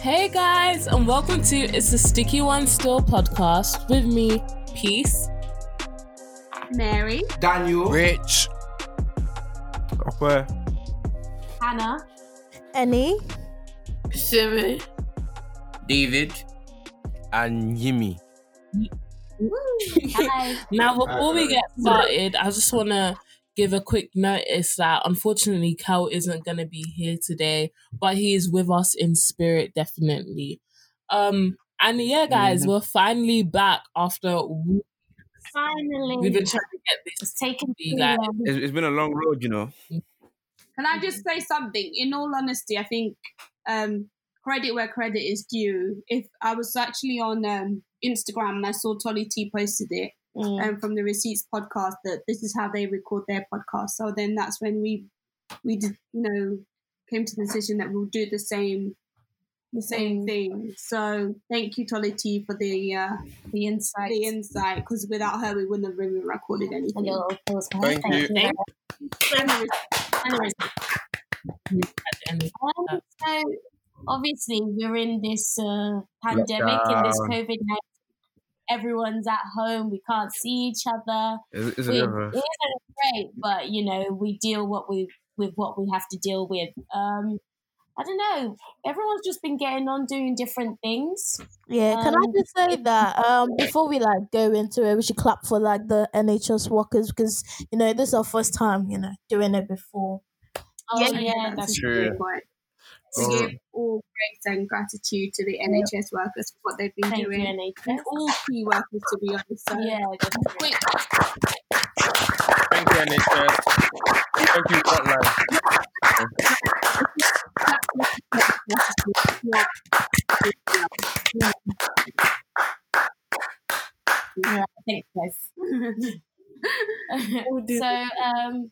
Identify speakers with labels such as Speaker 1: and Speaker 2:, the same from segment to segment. Speaker 1: Hey guys, and welcome to It's the Sticky One Still podcast with me, Peace.
Speaker 2: Mary,
Speaker 3: Daniel.
Speaker 4: Rich.
Speaker 5: Akwe.
Speaker 2: Hannah,
Speaker 6: Any?
Speaker 1: Simi.
Speaker 4: David. And Yimi.
Speaker 2: hi.
Speaker 1: Now, before we
Speaker 3: Alright.
Speaker 1: get started, I just want to give a quick notice that unfortunately Cal isn't going to be here today, but he is with us in spirit, definitely. Um, and yeah, guys,
Speaker 7: Mm-hmm.
Speaker 1: we're finally back after we-
Speaker 2: Finally,
Speaker 1: we've been trying to get this.
Speaker 2: it's taken
Speaker 1: You
Speaker 2: too
Speaker 1: got it.
Speaker 2: long.
Speaker 5: It's, it's been a long road, you know.
Speaker 2: Can I just say something? In all honesty, I think um, credit where credit is due. If I was actually on um, Instagram and I saw Tolly T posted it um, from the Receipts podcast that this is how they record their podcast. So then that's when we we did, you know came to the decision that we'll do the same the same
Speaker 6: Mm.
Speaker 2: thing. So thank you Tolly T for the uh,
Speaker 6: The insight.
Speaker 2: the insight because without her we wouldn't have really recorded anything.
Speaker 4: Thank you.
Speaker 2: And the Receipts- and the Receipts.
Speaker 1: And
Speaker 7: Um, so obviously we're in this uh, pandemic and this COVID nineteen. Everyone's at home. We can't see each other.
Speaker 5: It's, it's
Speaker 7: We, it
Speaker 5: never.
Speaker 7: isn't great, but you know we deal what we with what we have to deal with. Um, I don't know. Everyone's just been getting on doing different things.
Speaker 6: Yeah, can I
Speaker 7: Um,
Speaker 6: just say that um before we like go into it, we should clap for like the NHS workers because you know this is our first time you know doing it before.
Speaker 7: Oh yeah, that's
Speaker 2: a
Speaker 5: true.
Speaker 2: good point. To
Speaker 5: Or-
Speaker 2: give all praise and gratitude to the NHS workers for what they've been
Speaker 7: thank you,
Speaker 2: doing,
Speaker 7: NHS.
Speaker 2: and all key workers to be honest. So
Speaker 7: Yeah, definitely.
Speaker 2: Wait,
Speaker 4: Thank you, NHS. Thank you, Hotline.
Speaker 7: Thanks, guys. so um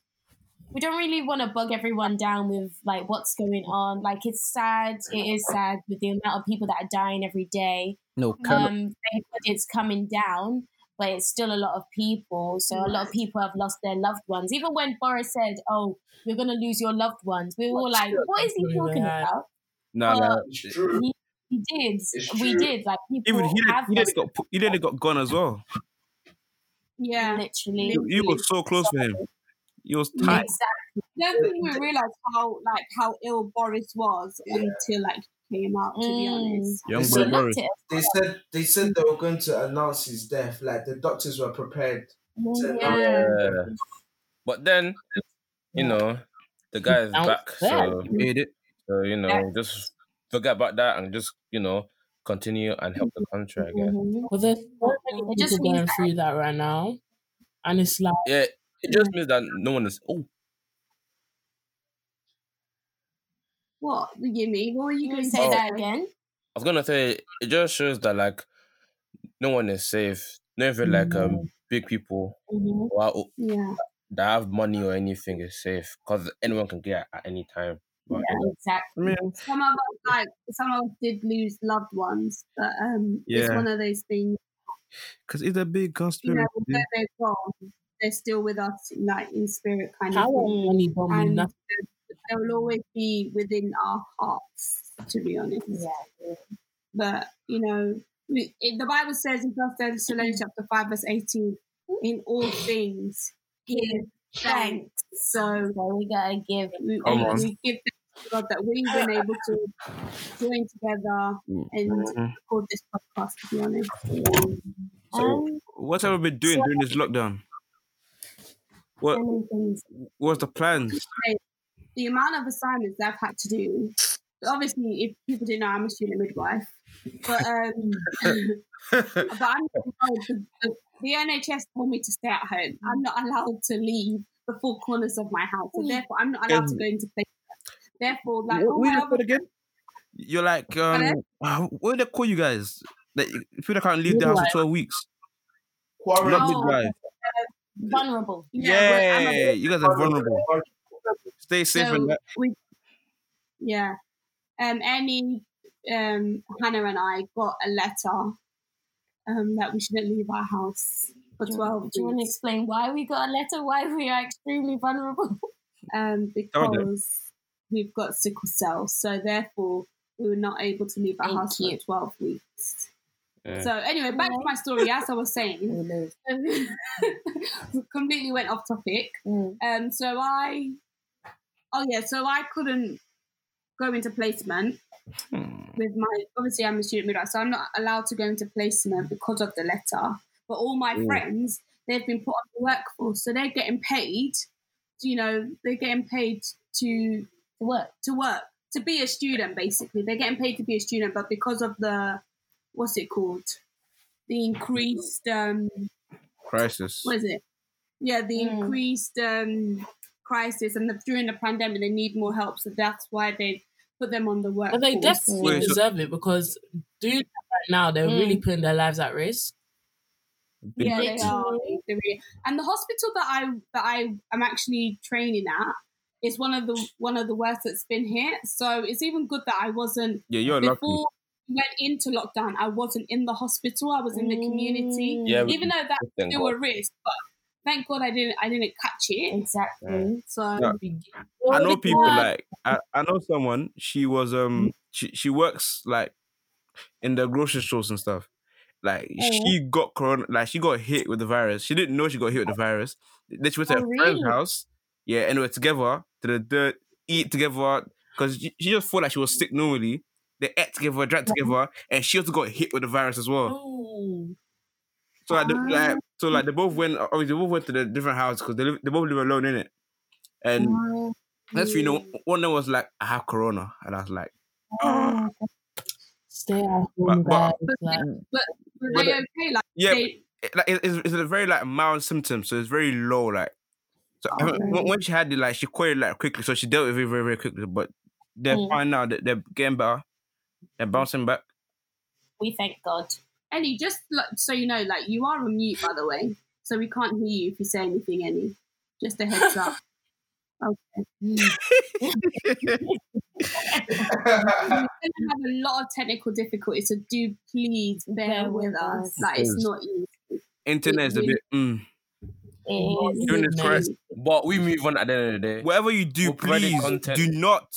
Speaker 7: we don't really want to bug everyone down with like what's going on like it's sad it is sad with the amount of people that are dying every day
Speaker 4: No,
Speaker 7: um thank God it's coming down but it's still a lot of people so a lot of people have lost their loved ones even when boris said oh you're gonna lose your loved ones we were all like what is he talking
Speaker 1: Yeah.
Speaker 7: about
Speaker 5: Nah, nah.
Speaker 3: It's true.
Speaker 7: he, he did
Speaker 3: It's
Speaker 7: we
Speaker 3: true.
Speaker 7: did like people
Speaker 5: Even he,
Speaker 7: have
Speaker 5: he
Speaker 7: lost
Speaker 5: did got pu- he did got gone as well.
Speaker 2: yeah.
Speaker 7: literally
Speaker 5: You, you were so close for him. You was tight.
Speaker 7: exactly
Speaker 2: I don't think we realised how like how ill Boris was until like he came out. To be
Speaker 7: Mm.
Speaker 2: honest,
Speaker 5: Young
Speaker 7: So
Speaker 5: boy
Speaker 7: looked
Speaker 5: Boris.
Speaker 7: at
Speaker 3: They said they said they were going to announce his death. Like the doctors were prepared.
Speaker 7: Mm-hmm.
Speaker 3: To
Speaker 2: Yeah.
Speaker 4: Yeah. But then, you know, the guy is
Speaker 1: Sounds
Speaker 4: back. So,
Speaker 5: Made it.
Speaker 4: so, you know, just forget about that and just, you know, continue and help the country, I
Speaker 7: Mm-hmm.
Speaker 4: guess.
Speaker 1: well, there's so many
Speaker 7: It just
Speaker 1: people going
Speaker 7: means
Speaker 1: through that right now, and it's like.
Speaker 4: Yeah, it just means that no one is. Oh,
Speaker 2: what Yimmy? What were you
Speaker 7: You
Speaker 2: going
Speaker 7: can
Speaker 2: to say?
Speaker 7: say
Speaker 5: Oh.
Speaker 7: that again.
Speaker 4: I was gonna say it just shows that like no one is safe. No even like um big people
Speaker 7: Mm-hmm.
Speaker 4: who are,
Speaker 2: Yeah,
Speaker 4: that have money or anything is safe because anyone can get at any time. But, you know,
Speaker 7: Exactly.
Speaker 2: some of us like some of us did lose loved ones, but um, it's
Speaker 5: Yeah.
Speaker 2: one of those things.
Speaker 5: Because it's a big
Speaker 2: You know,
Speaker 5: conspiracy.
Speaker 2: although they're gone, they're still with us, like in spirit, kind
Speaker 1: How
Speaker 2: of. thing.
Speaker 1: will money buy me
Speaker 2: and
Speaker 1: nothing?
Speaker 2: they will always be within our hearts, to be honest.
Speaker 7: Yeah.
Speaker 2: But you know, we, it, the Bible says in First Thessalonians chapter five verse eighteen, in all things give thanks. So
Speaker 7: So we gotta give.
Speaker 2: we,
Speaker 5: Come
Speaker 2: we,
Speaker 5: on.
Speaker 2: we give thanks to God that we've been able to join together and
Speaker 5: Mhm.
Speaker 2: record this podcast. To be honest,
Speaker 7: Um,
Speaker 5: What have we been doing during this lockdown? What
Speaker 7: anything.
Speaker 5: what's the plans?
Speaker 2: the amount of assignments that I've had to do. Obviously, if people didn't know, I'm a student midwife, but um, but I'm not allowed to, the, the NHS told me to stay at home. I'm not allowed to leave the four corners of my house,
Speaker 7: Mm.
Speaker 2: so therefore I'm not allowed to go into places. Therefore, like um, all
Speaker 5: what,
Speaker 2: my
Speaker 5: what,
Speaker 2: other
Speaker 5: what again? You're like um, uh, what do they call you guys? That you- people that can't leave the house for twelve weeks. Not
Speaker 3: Quarantine.
Speaker 2: Oh.
Speaker 5: midwife.
Speaker 7: Vulnerable.
Speaker 2: yeah, I'm a-
Speaker 5: Yeah, you guys are vulnerable. Stay safe
Speaker 2: so
Speaker 5: and that.
Speaker 2: we, yeah, um, Annie, um, Hannah, and I got a letter um that we shouldn't leave our house for
Speaker 7: Do you want
Speaker 2: twelve
Speaker 7: to
Speaker 2: weeks.
Speaker 7: explain why we got a letter? Why we are extremely vulnerable?
Speaker 2: um,
Speaker 5: Don't do it.
Speaker 2: because we've got sickle cell. So therefore, who were not able to leave our
Speaker 7: Thank
Speaker 2: house
Speaker 7: you.
Speaker 2: for 12 weeks.
Speaker 4: Yeah.
Speaker 2: So, anyway, back to my story, as I was saying,
Speaker 7: Mm.
Speaker 2: completely went off topic.
Speaker 7: Mm.
Speaker 2: Um, so I, oh yeah, so I couldn't go into placement with my. Obviously, I'm a student midwife, so I'm not allowed to go into placement because of the letter. But all my friends, they've been put on the workforce, so they're getting paid. You know, they're getting paid to
Speaker 7: To work.
Speaker 2: to work to be a student. Basically, they're getting paid to be a student, but because of the what's it called, the increased um,
Speaker 5: Crisis.
Speaker 2: what is it? Yeah, the
Speaker 7: Mm.
Speaker 2: increased um, crisis and the, during the pandemic, they need more help, so that's why they put them on the work.
Speaker 1: But they definitely
Speaker 5: Wait, so-
Speaker 1: deserve it because doing that right now, they're
Speaker 7: Mm.
Speaker 1: really putting their lives at risk.
Speaker 2: yeah, they
Speaker 7: Literally.
Speaker 2: are. They really- And the hospital that I that I am actually training at is one of the one of the worst that's been here. So it's even good that I wasn't
Speaker 5: Yeah, you're lucky.
Speaker 2: before we went into lockdown. I wasn't in the hospital. I was in the community,
Speaker 7: Mm.
Speaker 4: Yeah, we-
Speaker 2: even though that's
Speaker 4: Thank
Speaker 2: still
Speaker 4: God.
Speaker 2: a risk. But thank God I didn't I didn't catch it.
Speaker 7: Exactly.
Speaker 2: So
Speaker 5: Yeah. I know people like I, I know someone. She was um
Speaker 2: Mm.
Speaker 5: she, she works like in the grocery stores and stuff. Like
Speaker 7: Oh.
Speaker 5: she got corona, like she got hit with the virus. She didn't know she got hit with the virus. Then she went to
Speaker 7: Oh,
Speaker 5: her friend's
Speaker 7: really?
Speaker 5: house. Yeah, and they were together. Did the eat together because she, she just felt like she was sick normally. They ate together, drank together, and she also got hit with the virus as well.
Speaker 1: Oh,
Speaker 5: So like, the, like so like they both went obviously they both went to the different house because they live, they both live alone in it. And that's you know one of them was like I have corona and I was like
Speaker 1: stay at home,
Speaker 5: But- but-
Speaker 1: guys.
Speaker 7: Ah,
Speaker 1: Like,
Speaker 2: were they
Speaker 5: But the-
Speaker 2: okay? Like
Speaker 5: yeah
Speaker 2: they,
Speaker 5: it- like it- it's, it's a very like mild symptom so it's very low like so I think when- when she had it like she queried like quickly so she dealt with it very very quickly but they're
Speaker 7: Mm.
Speaker 5: fine now that they're getting better they're bouncing back
Speaker 7: We thank God.
Speaker 2: Ellie, just like, so you know, like you are on mute, by the way, so we can't hear you if you say anything, Ellie. Just a heads up. We're gonna have a lot of technical difficulties, so do please bear
Speaker 7: Bear
Speaker 2: with
Speaker 7: with
Speaker 2: us.
Speaker 7: us.
Speaker 2: Like it's
Speaker 5: Yes.
Speaker 2: not easy.
Speaker 5: internet is a bit mm.
Speaker 7: It is.
Speaker 5: during this
Speaker 1: Yes.
Speaker 5: crisis
Speaker 4: But we move on at the end of the day.
Speaker 5: whatever you do
Speaker 4: We'll provide the
Speaker 5: please
Speaker 4: content.
Speaker 5: do not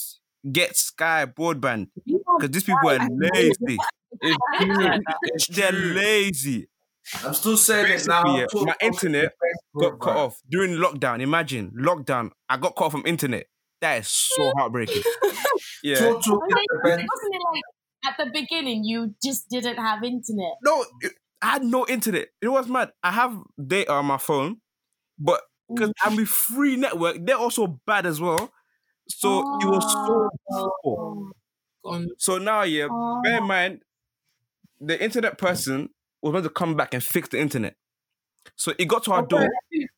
Speaker 5: get Sky broadband because these people are lazy
Speaker 4: It's true. It's
Speaker 5: they're
Speaker 4: true.
Speaker 5: lazy
Speaker 3: I'm still saying it
Speaker 5: Basically,
Speaker 3: now.
Speaker 5: yeah,
Speaker 3: Talk
Speaker 5: my
Speaker 3: about
Speaker 5: internet
Speaker 3: the best
Speaker 5: got cut
Speaker 3: broadband.
Speaker 5: off during lockdown. Imagine lockdown. I got cut off from internet. That is so heartbreaking. Yeah.
Speaker 3: Talk to
Speaker 7: Wasn't
Speaker 3: the best.
Speaker 7: it, wasn't it like at the beginning you just didn't have internet?
Speaker 5: No, it- I had no internet. It was mad. I have data on my phone, but because I'm with free network, they're also bad as well. So it was so
Speaker 7: Ah. Oh.
Speaker 5: poor.
Speaker 1: gone.
Speaker 5: So now, yeah, bear in mind, the internet person was meant to come back and fix the internet. So it got to our door.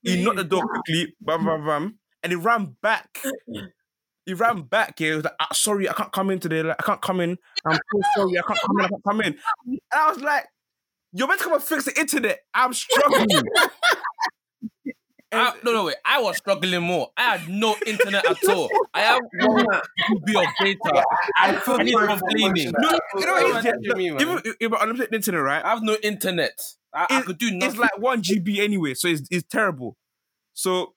Speaker 5: He knocked the door quickly, bam, bam, bam, and he ran back. He ran back. Yeah, he was like, "Ah, "Sorry, I can't come in today. Like, I can't come in. I'm so sorry. I can't come in. I can't come in." And I was like, "You're meant to come and fix the internet. I'm struggling."
Speaker 4: I, no, no, wait. I was struggling more. I had no internet at all. I have one GB of data.
Speaker 3: I feel
Speaker 4: I need
Speaker 3: sorry
Speaker 4: some
Speaker 3: for
Speaker 4: cleaning.
Speaker 3: Monica.
Speaker 5: No,
Speaker 3: I feel
Speaker 5: you know
Speaker 4: what
Speaker 3: sorry
Speaker 5: what
Speaker 4: it
Speaker 5: it
Speaker 4: is,
Speaker 5: is?
Speaker 4: yeah?
Speaker 5: Even if you're unlimited internet, right?
Speaker 4: I have no internet. I, I
Speaker 5: It-
Speaker 4: could do nothing.
Speaker 5: It's like one GB anyway, so it's, it's terrible. So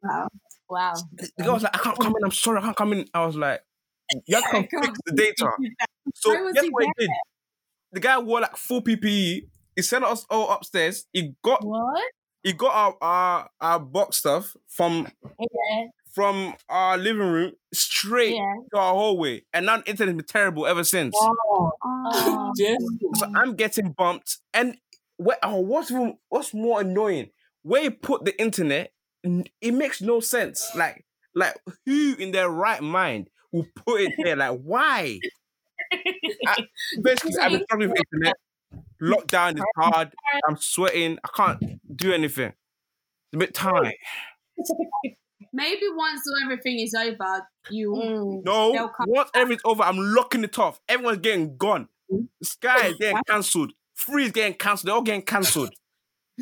Speaker 2: Wow.
Speaker 7: Wow.
Speaker 5: the guy was like, "I can't come in. I'm sorry, I can't come in." I was like, "You have to come fix the data." So
Speaker 2: Why was
Speaker 5: guess
Speaker 2: he
Speaker 5: what he did? The guy wore like full PPE. He sent us all upstairs. He got
Speaker 7: What?
Speaker 5: he got our our, our box stuff from
Speaker 7: Yeah.
Speaker 5: from our living room straight
Speaker 7: Yeah.
Speaker 5: to our hallway, and now the internet's been terrible ever since.
Speaker 7: Oh.
Speaker 1: Just
Speaker 5: So I'm getting bumped, and what oh, what's mo- what's more annoying? Where you put the internet, n- it makes no sense. Like like who in their right mind will put it there? Like why? I- basically, I've been struggling with internet. Lockdown is hard. I'm sweating. I can't do anything. It's a bit tired.
Speaker 2: Maybe once everything is over, you.
Speaker 7: Mm.
Speaker 5: No,
Speaker 2: They'll come
Speaker 5: once everything's over, I'm locking it off. Everyone's getting gone. Sky is getting cancelled. Free is getting cancelled. They're all getting cancelled.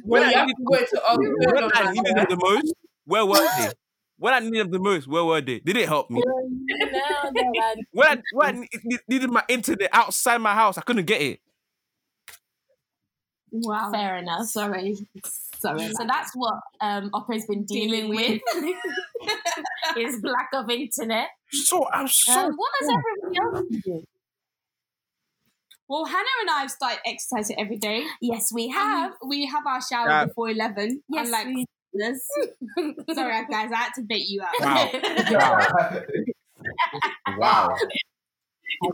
Speaker 3: When I need to wait to upgrade
Speaker 5: when
Speaker 3: on
Speaker 5: I
Speaker 3: my
Speaker 5: needed them the most, where were they? When I needed them the most, where were they? They didn't help me.
Speaker 1: now that
Speaker 5: When I, when I ne- needed my internet outside my house, I couldn't get it.
Speaker 2: Wow.
Speaker 7: Fair enough.
Speaker 2: Sorry. Sorry.
Speaker 7: So
Speaker 2: about
Speaker 7: that's what um, Opera's been dealing,
Speaker 2: Dealing
Speaker 7: with is lack of internet.
Speaker 5: So I'm so
Speaker 7: Um, what has everybody else been doing?
Speaker 2: Well, Hannah and I have started exercising every day.
Speaker 7: Yes, we have.
Speaker 2: Have we have our shower
Speaker 5: Yeah.
Speaker 2: before eleven?
Speaker 7: Yes,
Speaker 2: unlike
Speaker 7: we-
Speaker 2: others. Sorry, guys, I had to bait you out.
Speaker 5: Wow.
Speaker 3: Wow.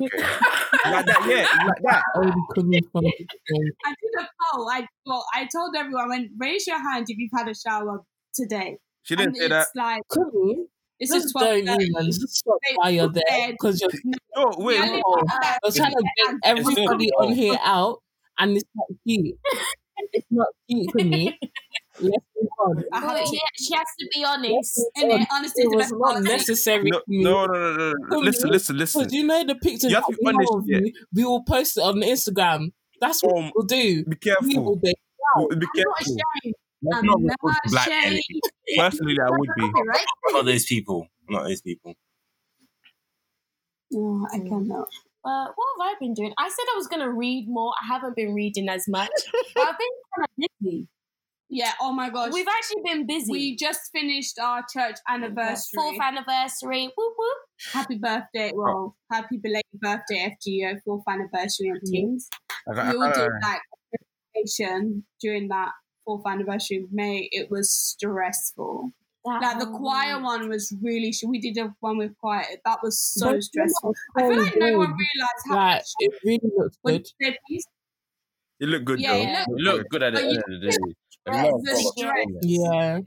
Speaker 5: like that, yeah, like that.
Speaker 1: Only coming from the gym.
Speaker 2: I did a poll. I well, I told everyone, when raise your hand if you've had a shower today.
Speaker 5: She
Speaker 2: and
Speaker 5: didn't say
Speaker 2: it's
Speaker 5: that.
Speaker 2: like
Speaker 1: Come on,
Speaker 2: it's
Speaker 1: just
Speaker 2: just
Speaker 1: don't
Speaker 2: twelve
Speaker 1: even
Speaker 2: thirty.
Speaker 1: just stop
Speaker 2: They
Speaker 1: while you're
Speaker 2: all
Speaker 1: there
Speaker 2: said-
Speaker 1: because you're
Speaker 5: No, wait.
Speaker 2: Yeah.
Speaker 1: Oh, you're trying to get everybody on here out, and it's not cute. It's not cute for me. Let's move on.
Speaker 2: I
Speaker 7: Well,
Speaker 2: had to
Speaker 7: yeah, she has to be honest.
Speaker 2: and it honestly
Speaker 1: It
Speaker 2: the
Speaker 1: was
Speaker 2: best
Speaker 1: not
Speaker 2: part of it.
Speaker 1: necessary.
Speaker 5: No,
Speaker 1: for me.
Speaker 5: no, no, no, no, no.
Speaker 1: Come
Speaker 5: Listen,
Speaker 1: on.
Speaker 5: listen, listen.
Speaker 1: Because you know the pictures
Speaker 5: You have
Speaker 1: that
Speaker 5: to be
Speaker 1: we have
Speaker 5: honest,
Speaker 1: of
Speaker 5: yeah.
Speaker 1: you, we will post it on Instagram. That's what
Speaker 5: Um,
Speaker 1: we'll do.
Speaker 5: Be
Speaker 1: We will
Speaker 5: careful.
Speaker 1: be.
Speaker 5: Be
Speaker 2: I'm not
Speaker 5: careful.
Speaker 2: ashamed.
Speaker 5: Let's
Speaker 2: I'm
Speaker 5: not
Speaker 2: um, not
Speaker 5: repost black men.
Speaker 2: ashamed.
Speaker 5: Personally, I would be.
Speaker 2: Right?
Speaker 4: I'm not those people. I'm not those people.
Speaker 2: No, Oh, I cannot.
Speaker 7: Uh, what have I been doing? I said I was going to read more. I haven't been reading as much. but I've been kind of busy.
Speaker 2: Yeah. Oh my gosh.
Speaker 7: We've actually been busy.
Speaker 2: we just finished our church anniversary.
Speaker 7: Fourth anniversary. Whoop whoop.
Speaker 2: Happy birthday! Well, happy belated birthday, FGO fourth anniversary on Teams.
Speaker 5: I
Speaker 3: Uh,
Speaker 2: we all
Speaker 5: I-
Speaker 2: did like a presentation during that fourth anniversary of May. It was stressful.
Speaker 7: That
Speaker 2: Like the
Speaker 1: Oh.
Speaker 7: whole
Speaker 2: choir
Speaker 7: week.
Speaker 2: one was really. sh- We did a one with choir. That was so
Speaker 1: But-
Speaker 2: stressful. I feel like no one realized how
Speaker 1: Like
Speaker 2: much
Speaker 1: it really looks
Speaker 2: when
Speaker 1: good.
Speaker 2: you did these-
Speaker 5: You look good,
Speaker 2: Yeah, you
Speaker 5: though.
Speaker 3: You look good at the
Speaker 2: But you
Speaker 3: end of the day. A
Speaker 7: dress
Speaker 3: lot of
Speaker 2: the
Speaker 3: proper
Speaker 7: stress.
Speaker 3: performance.
Speaker 1: Yeah.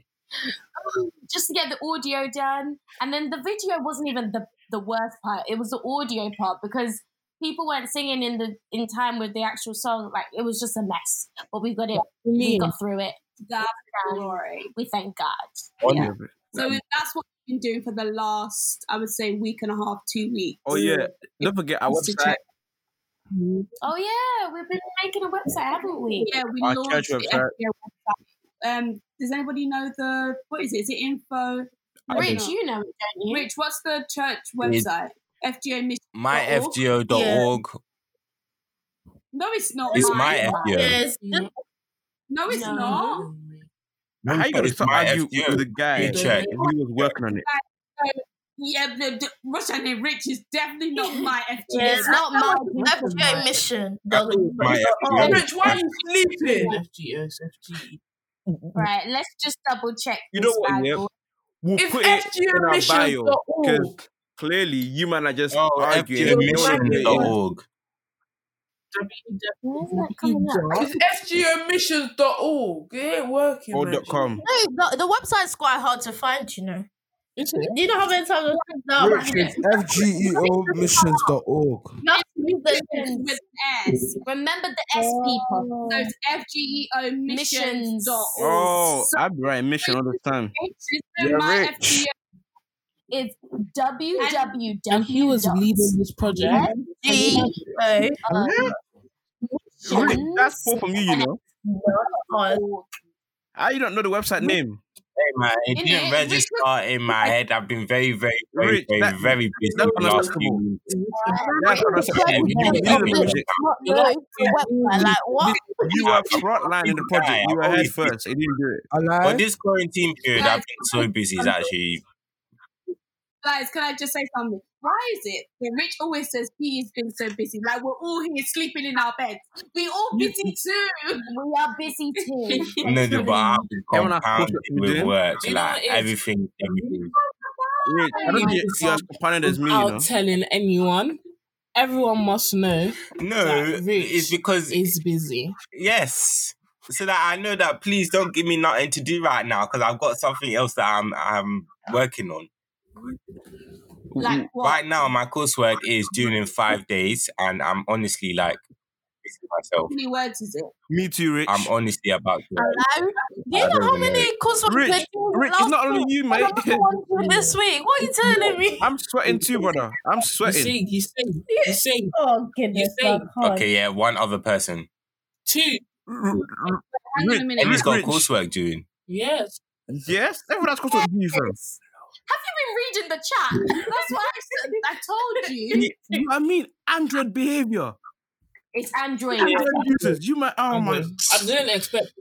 Speaker 7: Just to get the audio done. And then the video wasn't even the, the worst part. It was the audio part because people weren't singing in the in time with the actual song. Like it was just a mess. But we got it. We
Speaker 1: Me.
Speaker 7: got through it.
Speaker 2: God's
Speaker 7: Um,
Speaker 2: glory.
Speaker 7: We thank God.
Speaker 5: On
Speaker 2: Yeah.
Speaker 5: you, babe.
Speaker 2: So that's what we've been doing for the last, I would say, week and a half, two weeks.
Speaker 5: Oh, yeah. Don't forget our
Speaker 2: It's a
Speaker 5: website.
Speaker 7: Oh yeah, we've been making a website, haven't we?
Speaker 2: Yeah, we
Speaker 5: Our
Speaker 2: launched
Speaker 5: church
Speaker 2: the
Speaker 5: website.
Speaker 2: FBO website. Um, does anybody know the what is it? Is it info?
Speaker 5: I
Speaker 7: Rich,
Speaker 2: do.
Speaker 7: you know it, don't you?
Speaker 2: Rich, what's the church website? FGO Mission.
Speaker 4: Myfgo.org.
Speaker 2: No, it's
Speaker 5: Oh,
Speaker 2: not.
Speaker 4: It's my
Speaker 2: mine.
Speaker 4: FGO.
Speaker 6: Yes.
Speaker 1: No.
Speaker 2: No, it's not.
Speaker 5: How you going
Speaker 4: It's
Speaker 5: to
Speaker 4: my
Speaker 5: argue
Speaker 4: FGO.
Speaker 5: with the guy
Speaker 4: You check.
Speaker 5: who was working on it?
Speaker 2: Yeah, the, the what's her name? Rich is definitely not my FGO.
Speaker 6: Yeah, it's not my FGO mission. darling.
Speaker 4: My FGO.
Speaker 8: Oh, Rich, why are you sleeping?
Speaker 1: FGS, FGE.
Speaker 7: Right, let's just double check.
Speaker 5: You know
Speaker 7: this
Speaker 5: what,
Speaker 7: bad
Speaker 5: yeah?
Speaker 7: boy.
Speaker 5: We'll
Speaker 8: It's
Speaker 5: put it in our bio. Because
Speaker 8: FGOmission.org.
Speaker 5: clearly, you man are just
Speaker 4: Oh,
Speaker 5: arguing.
Speaker 4: FGOmission.org.
Speaker 7: Why isn't that coming up?
Speaker 8: It's FGOmissions.org. It ain't working.
Speaker 5: Or
Speaker 8: man.
Speaker 5: dot com.
Speaker 6: Hey, the, the website's quite hard to find, you know. Do you know how many times I've done that?
Speaker 9: Richard, FGEOmissions.org.
Speaker 6: You have to use the
Speaker 2: Missions with S.
Speaker 7: Remember the S people.
Speaker 2: So it's FGEO Missions.
Speaker 7: Missions.
Speaker 2: dot org.
Speaker 5: Oh,
Speaker 2: So
Speaker 5: I be writing mission all the time.
Speaker 2: it's
Speaker 5: Yeah,
Speaker 2: my
Speaker 5: Rich.
Speaker 2: FGO.
Speaker 7: It's www.
Speaker 1: And he was leading this project.
Speaker 6: E FGO.
Speaker 5: Really, That's poor from you, you know. How you don't know the website name?
Speaker 4: Hey man, it
Speaker 2: Innit?
Speaker 4: didn't
Speaker 2: We
Speaker 4: register in my head. I've been very, very, very,
Speaker 5: Rich,
Speaker 4: very,
Speaker 5: that-
Speaker 4: very busy
Speaker 5: that's
Speaker 4: the last few
Speaker 5: unacceptable.
Speaker 4: weeks.
Speaker 5: That's unacceptable.
Speaker 4: If you
Speaker 5: You
Speaker 4: didn't
Speaker 5: didn't
Speaker 4: register,
Speaker 5: know it.
Speaker 1: You're
Speaker 6: No,
Speaker 1: like,
Speaker 6: it's a website. Like, what?
Speaker 5: You were front line in the project. You were head first. You didn't do it.
Speaker 4: But
Speaker 9: Alive?
Speaker 4: this quarantine period, I've been so busy. It's actually
Speaker 2: Guys, can I just say something? Why is it that Rich always says he has been so busy? Like we're all here sleeping in our beds. We all busy too.
Speaker 7: We are busy too.
Speaker 4: no, no, but I've been
Speaker 5: Everyone has
Speaker 4: compounded
Speaker 5: projects to do.
Speaker 4: with work.
Speaker 1: You know what
Speaker 4: Like
Speaker 1: it is?
Speaker 4: everything, everything.
Speaker 5: Rich, I don't think you're
Speaker 7: um,
Speaker 5: as compounded as me, you know.
Speaker 1: without telling anyone. Everyone must know
Speaker 4: No,
Speaker 1: Like, Rich
Speaker 4: it's because
Speaker 1: is busy.
Speaker 4: yes. So that I know that please don't give me nothing to do right now because I've got something else that I'm I'm working on.
Speaker 2: Like what?
Speaker 4: Right now, my coursework is due in five days, and I'm honestly like, this is myself.
Speaker 2: How many words is it?
Speaker 5: Me too, Rich.
Speaker 4: I'm honestly about to.
Speaker 6: Hello? Do you
Speaker 4: I
Speaker 6: know
Speaker 4: don't
Speaker 6: how
Speaker 4: even
Speaker 6: many calls were
Speaker 5: Rich,
Speaker 6: taken
Speaker 5: Rich,
Speaker 6: last
Speaker 5: it's not only
Speaker 6: week?
Speaker 5: you,
Speaker 6: And
Speaker 5: mate.
Speaker 6: another one due this week. What are you telling me?
Speaker 5: I'm sweating too, brother. I'm
Speaker 1: You
Speaker 5: sweating.
Speaker 1: sing, you sing, you sing.
Speaker 6: Oh goodness,
Speaker 1: You
Speaker 6: I
Speaker 1: think-
Speaker 6: can't.
Speaker 4: Okay, yeah, one other person.
Speaker 1: Two,
Speaker 5: R- r-
Speaker 2: Hang on
Speaker 5: Rich,
Speaker 2: a minute.
Speaker 4: Emmy's got
Speaker 5: Rich.
Speaker 4: coursework doing.
Speaker 1: yes.
Speaker 5: Yes, everyone has got to do from.
Speaker 7: I've been reading the chat.
Speaker 2: That's what I said. I told you.
Speaker 5: You know what I mean? Android behavior.
Speaker 7: It's Android.
Speaker 5: Android users. You might. Oh my.
Speaker 1: I didn't expect.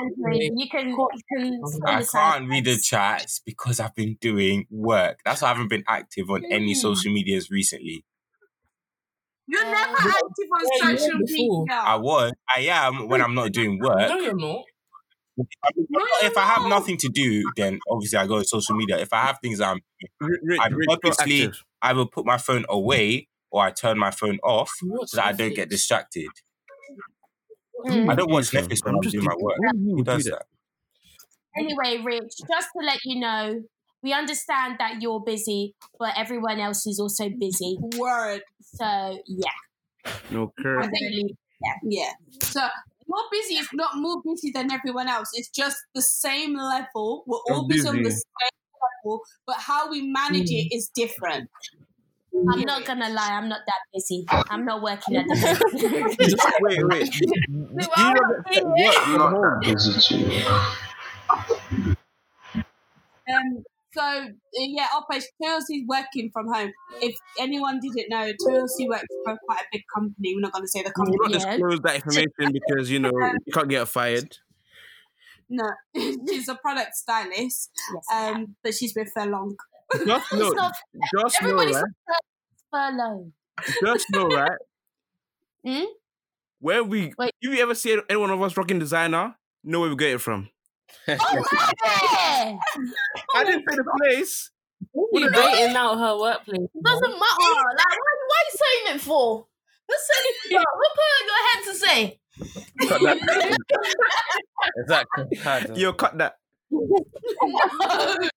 Speaker 7: Android. You can you can
Speaker 1: I
Speaker 4: I
Speaker 7: the side
Speaker 4: can't read the
Speaker 7: effects.
Speaker 4: chats because I've been doing work. That's why I haven't been active on any
Speaker 7: Mm.
Speaker 4: social medias recently.
Speaker 2: You're never active on
Speaker 1: Yeah, you were
Speaker 2: social
Speaker 1: before.
Speaker 2: media.
Speaker 10: I was, I am when I'm not doing work.
Speaker 1: No, you're not.
Speaker 10: if I have nothing to do, then obviously I go to social media. If I have things I'm
Speaker 5: Rich,
Speaker 10: I'm
Speaker 5: Rich,
Speaker 10: purposely-
Speaker 5: proactive.
Speaker 10: I will put my phone away or I turn my phone off
Speaker 1: You watch
Speaker 10: so that I don't
Speaker 1: Netflix.
Speaker 10: get distracted.
Speaker 7: Mm.
Speaker 10: I don't watch Netflix when I'm doing my work.
Speaker 5: Why you
Speaker 10: Who
Speaker 5: would do
Speaker 10: does
Speaker 5: that?
Speaker 10: that?
Speaker 7: Anyway, Rich, just to let you know, we understand that you're busy, but everyone else is also busy.
Speaker 2: Word.
Speaker 7: So yeah,
Speaker 5: No care.
Speaker 7: really,
Speaker 2: Yeah. So more busy is not more busy than everyone else. It's just the same level. We're all
Speaker 5: You're
Speaker 2: busy on the
Speaker 5: busy.
Speaker 2: same level, but how we manage it is different.
Speaker 7: I'm not gonna lie, I'm not that busy. I'm not working at the moment.
Speaker 5: Wait, wait. Do
Speaker 7: We
Speaker 5: you
Speaker 7: are
Speaker 5: not get
Speaker 7: working.
Speaker 5: work from
Speaker 3: Not
Speaker 5: home?
Speaker 3: that busy too.
Speaker 2: Um, so uh, yeah, Opesh Tulsi's working from home. If anyone didn't know, Tulsi works for quite a big company. We're not going to say the
Speaker 5: We'll
Speaker 2: company.
Speaker 5: not
Speaker 7: Yeah.
Speaker 5: disclose that information because you know you can't get fired.
Speaker 2: No, she's a product stylist.
Speaker 7: Yes, um,
Speaker 2: Um, but she's with Furlong.
Speaker 5: Just know,
Speaker 7: not-
Speaker 5: just know,
Speaker 7: everybody's
Speaker 5: right?
Speaker 7: furlough.
Speaker 5: Just know, right?
Speaker 7: Hmm?
Speaker 5: Where we,
Speaker 7: Wait.
Speaker 5: if you ever see any one of us rocking designer, know where we get it from.
Speaker 7: Yeah. Oh
Speaker 5: I didn't say the place.
Speaker 1: You're dating out her workplace.
Speaker 6: It doesn't matter. Like, why, why are you saying it for? What's saying it for? What put your head to say?
Speaker 4: Cut that. exactly. Cut
Speaker 5: Yo, cut that.
Speaker 2: That's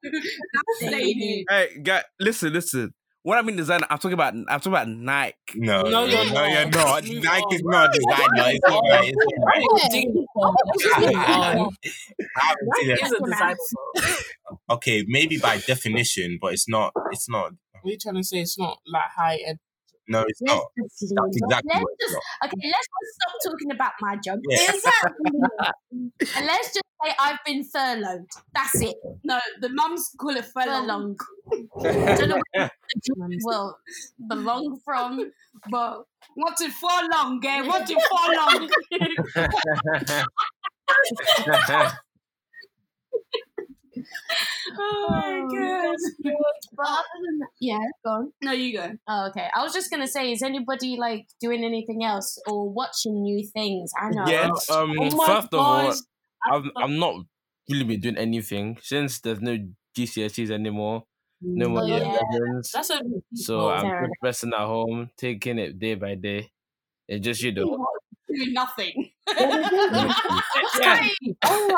Speaker 2: dating.
Speaker 5: Hey, guy, listen, listen. When I mean designer, I'm talking about I'm talking about Nike.
Speaker 10: No,
Speaker 1: No, you're
Speaker 10: no, you're not.
Speaker 1: Move
Speaker 10: Nike's
Speaker 1: on.
Speaker 10: not a designer. It's all right. It's all right.
Speaker 1: Ding dong. Move on.
Speaker 10: I haven't seen
Speaker 1: That
Speaker 10: it.
Speaker 1: is a design.
Speaker 10: Okay, maybe by definition, but it's not. It's not.
Speaker 1: What are you trying to say? It's not like high end.
Speaker 10: No, it's not. That's exactly
Speaker 7: Let's
Speaker 10: what it's
Speaker 7: just
Speaker 10: not.
Speaker 7: okay. Let's just stop talking about my job.
Speaker 10: Yeah.
Speaker 7: Exactly. and let's just say I've been furloughed. That's it.
Speaker 2: No, the mums call it Furlong.
Speaker 7: Furlong. Don't know where the well, belong from.
Speaker 2: But what did Furlong, eh? What did Furlong?
Speaker 4: that.
Speaker 2: oh my god.
Speaker 7: But other than that, yeah, go on.
Speaker 2: No, you go.
Speaker 7: Oh, okay. I was just gonna say, is anybody like doing anything else or watching new things? I know.
Speaker 5: Yeah.
Speaker 4: um,
Speaker 1: Oh my
Speaker 4: first of all,
Speaker 1: gosh.
Speaker 4: I'm I'm not really been doing anything since there's no GCSEs anymore, no more
Speaker 7: Oh,
Speaker 4: year
Speaker 7: yeah.
Speaker 4: elevens.
Speaker 1: That's a
Speaker 4: So I'm
Speaker 7: Fair
Speaker 4: just resting at home, taking it day by day, and just you know.
Speaker 2: Do nothing.
Speaker 4: Yeah.
Speaker 1: I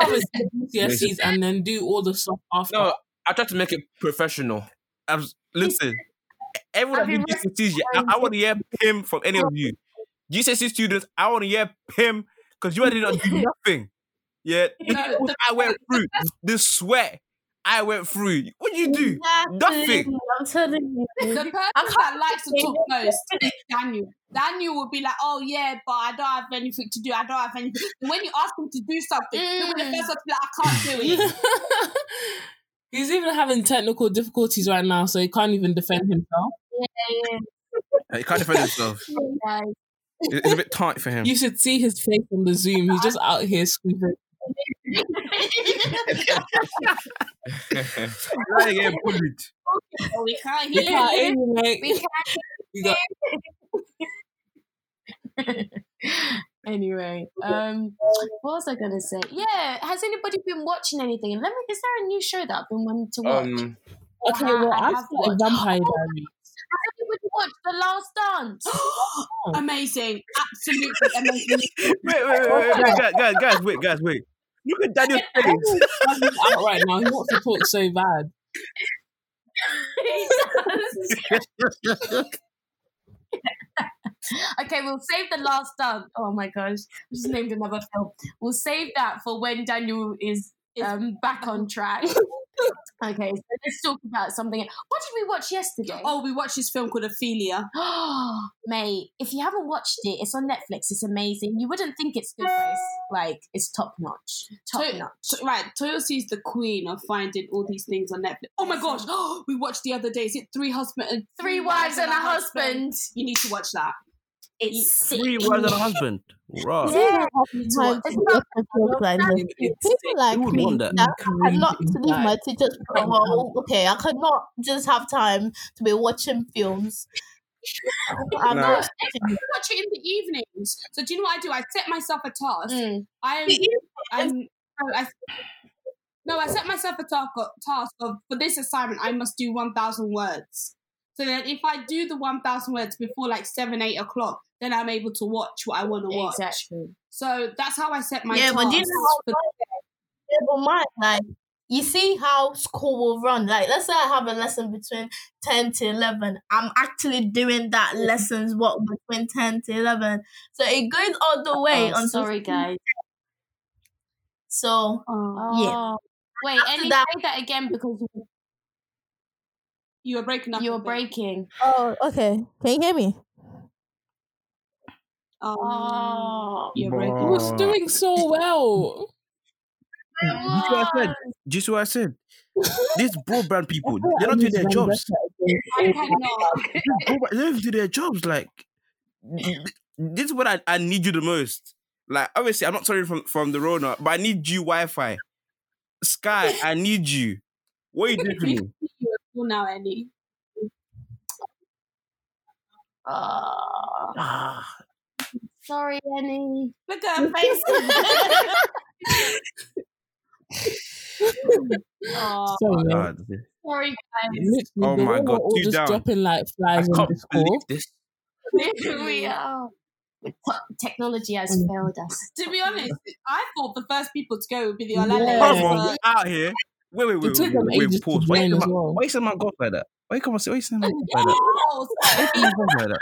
Speaker 1: would do GCSEs and then do all the stuff after.
Speaker 4: No, I try to make it professional.
Speaker 5: I'm s- listen.
Speaker 7: I've
Speaker 5: Everyone
Speaker 7: been
Speaker 5: that did GCSEs, yeah, I, I want to hear PIM from any of you. GCSE students, I want to hear PIM because you did not do nothing. Yeah, look at what I went through the sweat. I went through. What do you do? Nothing.
Speaker 6: I'm telling
Speaker 2: The
Speaker 6: you.
Speaker 2: person that likes to talk most is Daniel. Daniel will be like, "Oh yeah, but I don't have anything to do. I don't have anything." And when you ask him to do something, he'll be the
Speaker 7: Mm.
Speaker 2: first one to be like, "I can't do it."
Speaker 1: He's even having technical difficulties right now, so he can't even defend himself.
Speaker 5: He can't defend himself.
Speaker 7: Yeah.
Speaker 5: It- It's a bit tight for him.
Speaker 1: You should see his face on the Zoom. He's just out here squeezing.
Speaker 5: Now you're getting bullied.
Speaker 2: Oh, we can't
Speaker 1: You
Speaker 2: hear
Speaker 1: can't
Speaker 2: you.
Speaker 1: hear me, mate.
Speaker 7: We can't
Speaker 1: You got-
Speaker 7: anyway, um, what was I gonna say? Yeah, has anybody been watching anything? Let me. Is there a new show that I've been wanting to watch?
Speaker 4: Um,
Speaker 1: Okay, well,
Speaker 7: I
Speaker 1: I
Speaker 7: have
Speaker 1: started Vampire Diaries.
Speaker 7: has anybody watched The Last Dance?
Speaker 2: amazing, absolutely amazing.
Speaker 5: Wait, wait, wait, wait, wait, guys, guys, guys, wait, guys, wait. Look at Daniel's face.
Speaker 1: He's out right now. He wants to talk so bad.
Speaker 7: okay, we'll save The Last Dance. Oh my gosh, I just named another film. We'll save that for when Daniel is um back on track. okay, so let's talk about something. What did we watch yesterday?
Speaker 2: Oh, we watched this film called Ophelia.
Speaker 7: Oh, mate, if you haven't watched it, it's on Netflix. It's amazing. You wouldn't think it's good, but it's like it's top notch. Top
Speaker 2: To-
Speaker 7: notch.
Speaker 2: So- right, Toyosi is the queen of finding all these things on Netflix. Oh my gosh, we watched the other day. Is it three husband and
Speaker 7: Three wives and a husband.
Speaker 2: You need to watch that.
Speaker 7: It's sick.
Speaker 5: Three wives and a husband. Right.
Speaker 7: Yeah.
Speaker 6: Time to look at your kind of- People like
Speaker 5: Who would
Speaker 6: me,
Speaker 5: want that?
Speaker 6: that I love to leave my teachers. Well, okay, I could not just have time to be watching films. I'm
Speaker 5: Nah.
Speaker 6: not
Speaker 2: I watch it in the evenings. So do you know what I do? I set myself a task.
Speaker 7: Mm.
Speaker 2: I'm, I'm, I, no, I set myself a task, task of for this assignment I must do one thousand words. So then, if I do the one thousand words before like seven, eight o'clock, then I'm able to watch what I want to watch.
Speaker 7: Exactly.
Speaker 2: So that's how I set my
Speaker 6: yeah,
Speaker 2: tasks.
Speaker 6: but do you know how yeah, but mine, like you see how school will run. Like let's say I have a lesson between ten to eleven. I'm actually doing that
Speaker 5: Mm-hmm.
Speaker 6: lessons what between ten to eleven. So it goes all the way
Speaker 7: oh,
Speaker 6: until
Speaker 7: sorry, guys.
Speaker 6: So
Speaker 2: Oh,
Speaker 7: Oh. Wait,
Speaker 6: After
Speaker 7: Ellie,
Speaker 6: that-
Speaker 7: say that again because
Speaker 2: you were breaking up.
Speaker 7: you were
Speaker 2: a bit.
Speaker 7: breaking.
Speaker 6: Oh, okay. Can you hear me?
Speaker 2: Um,
Speaker 7: Oh.
Speaker 2: you were breaking.
Speaker 1: He was doing so well.
Speaker 5: see what I said? Do you see what I said? These broadband people, they're not doing their jobs.
Speaker 2: I cannot.
Speaker 5: Broadband- They don't do their jobs. Like, this is what I, I need you the most. Like, obviously, I'm not sorry from, from the road, but I need you Wi Fi. Sky, I need you. What you doing for me?
Speaker 2: You are cool now, Ellie.
Speaker 7: Oh.
Speaker 5: Ah,
Speaker 7: Sorry, Ellie.
Speaker 2: Look at her face.
Speaker 7: Oh,
Speaker 1: So,
Speaker 5: God.
Speaker 7: sorry, guys.
Speaker 1: literally,
Speaker 5: Oh
Speaker 1: the
Speaker 5: my
Speaker 1: way
Speaker 5: God,
Speaker 1: we're all
Speaker 5: two
Speaker 1: just
Speaker 5: down.
Speaker 1: dropping like
Speaker 5: I
Speaker 1: flies on
Speaker 5: can't
Speaker 1: this
Speaker 5: believe
Speaker 1: call.
Speaker 5: this.
Speaker 7: we um, are. Technology has
Speaker 1: Mm.
Speaker 7: failed us.
Speaker 2: to be honest, I thought the first people to go would be the
Speaker 1: Yeah.
Speaker 2: Olale.
Speaker 5: Come
Speaker 1: Yeah.
Speaker 5: on, we out here. Wait, wait,
Speaker 1: It
Speaker 5: wait,
Speaker 1: took
Speaker 5: wait,
Speaker 1: them
Speaker 5: wait,
Speaker 1: ages
Speaker 5: wait, pause.
Speaker 1: to
Speaker 5: Why you
Speaker 1: join
Speaker 5: say
Speaker 1: as
Speaker 5: my,
Speaker 1: well.
Speaker 5: why you say my golf like that? Why you come and say, why you say my golf like that? Why you say my golf like that?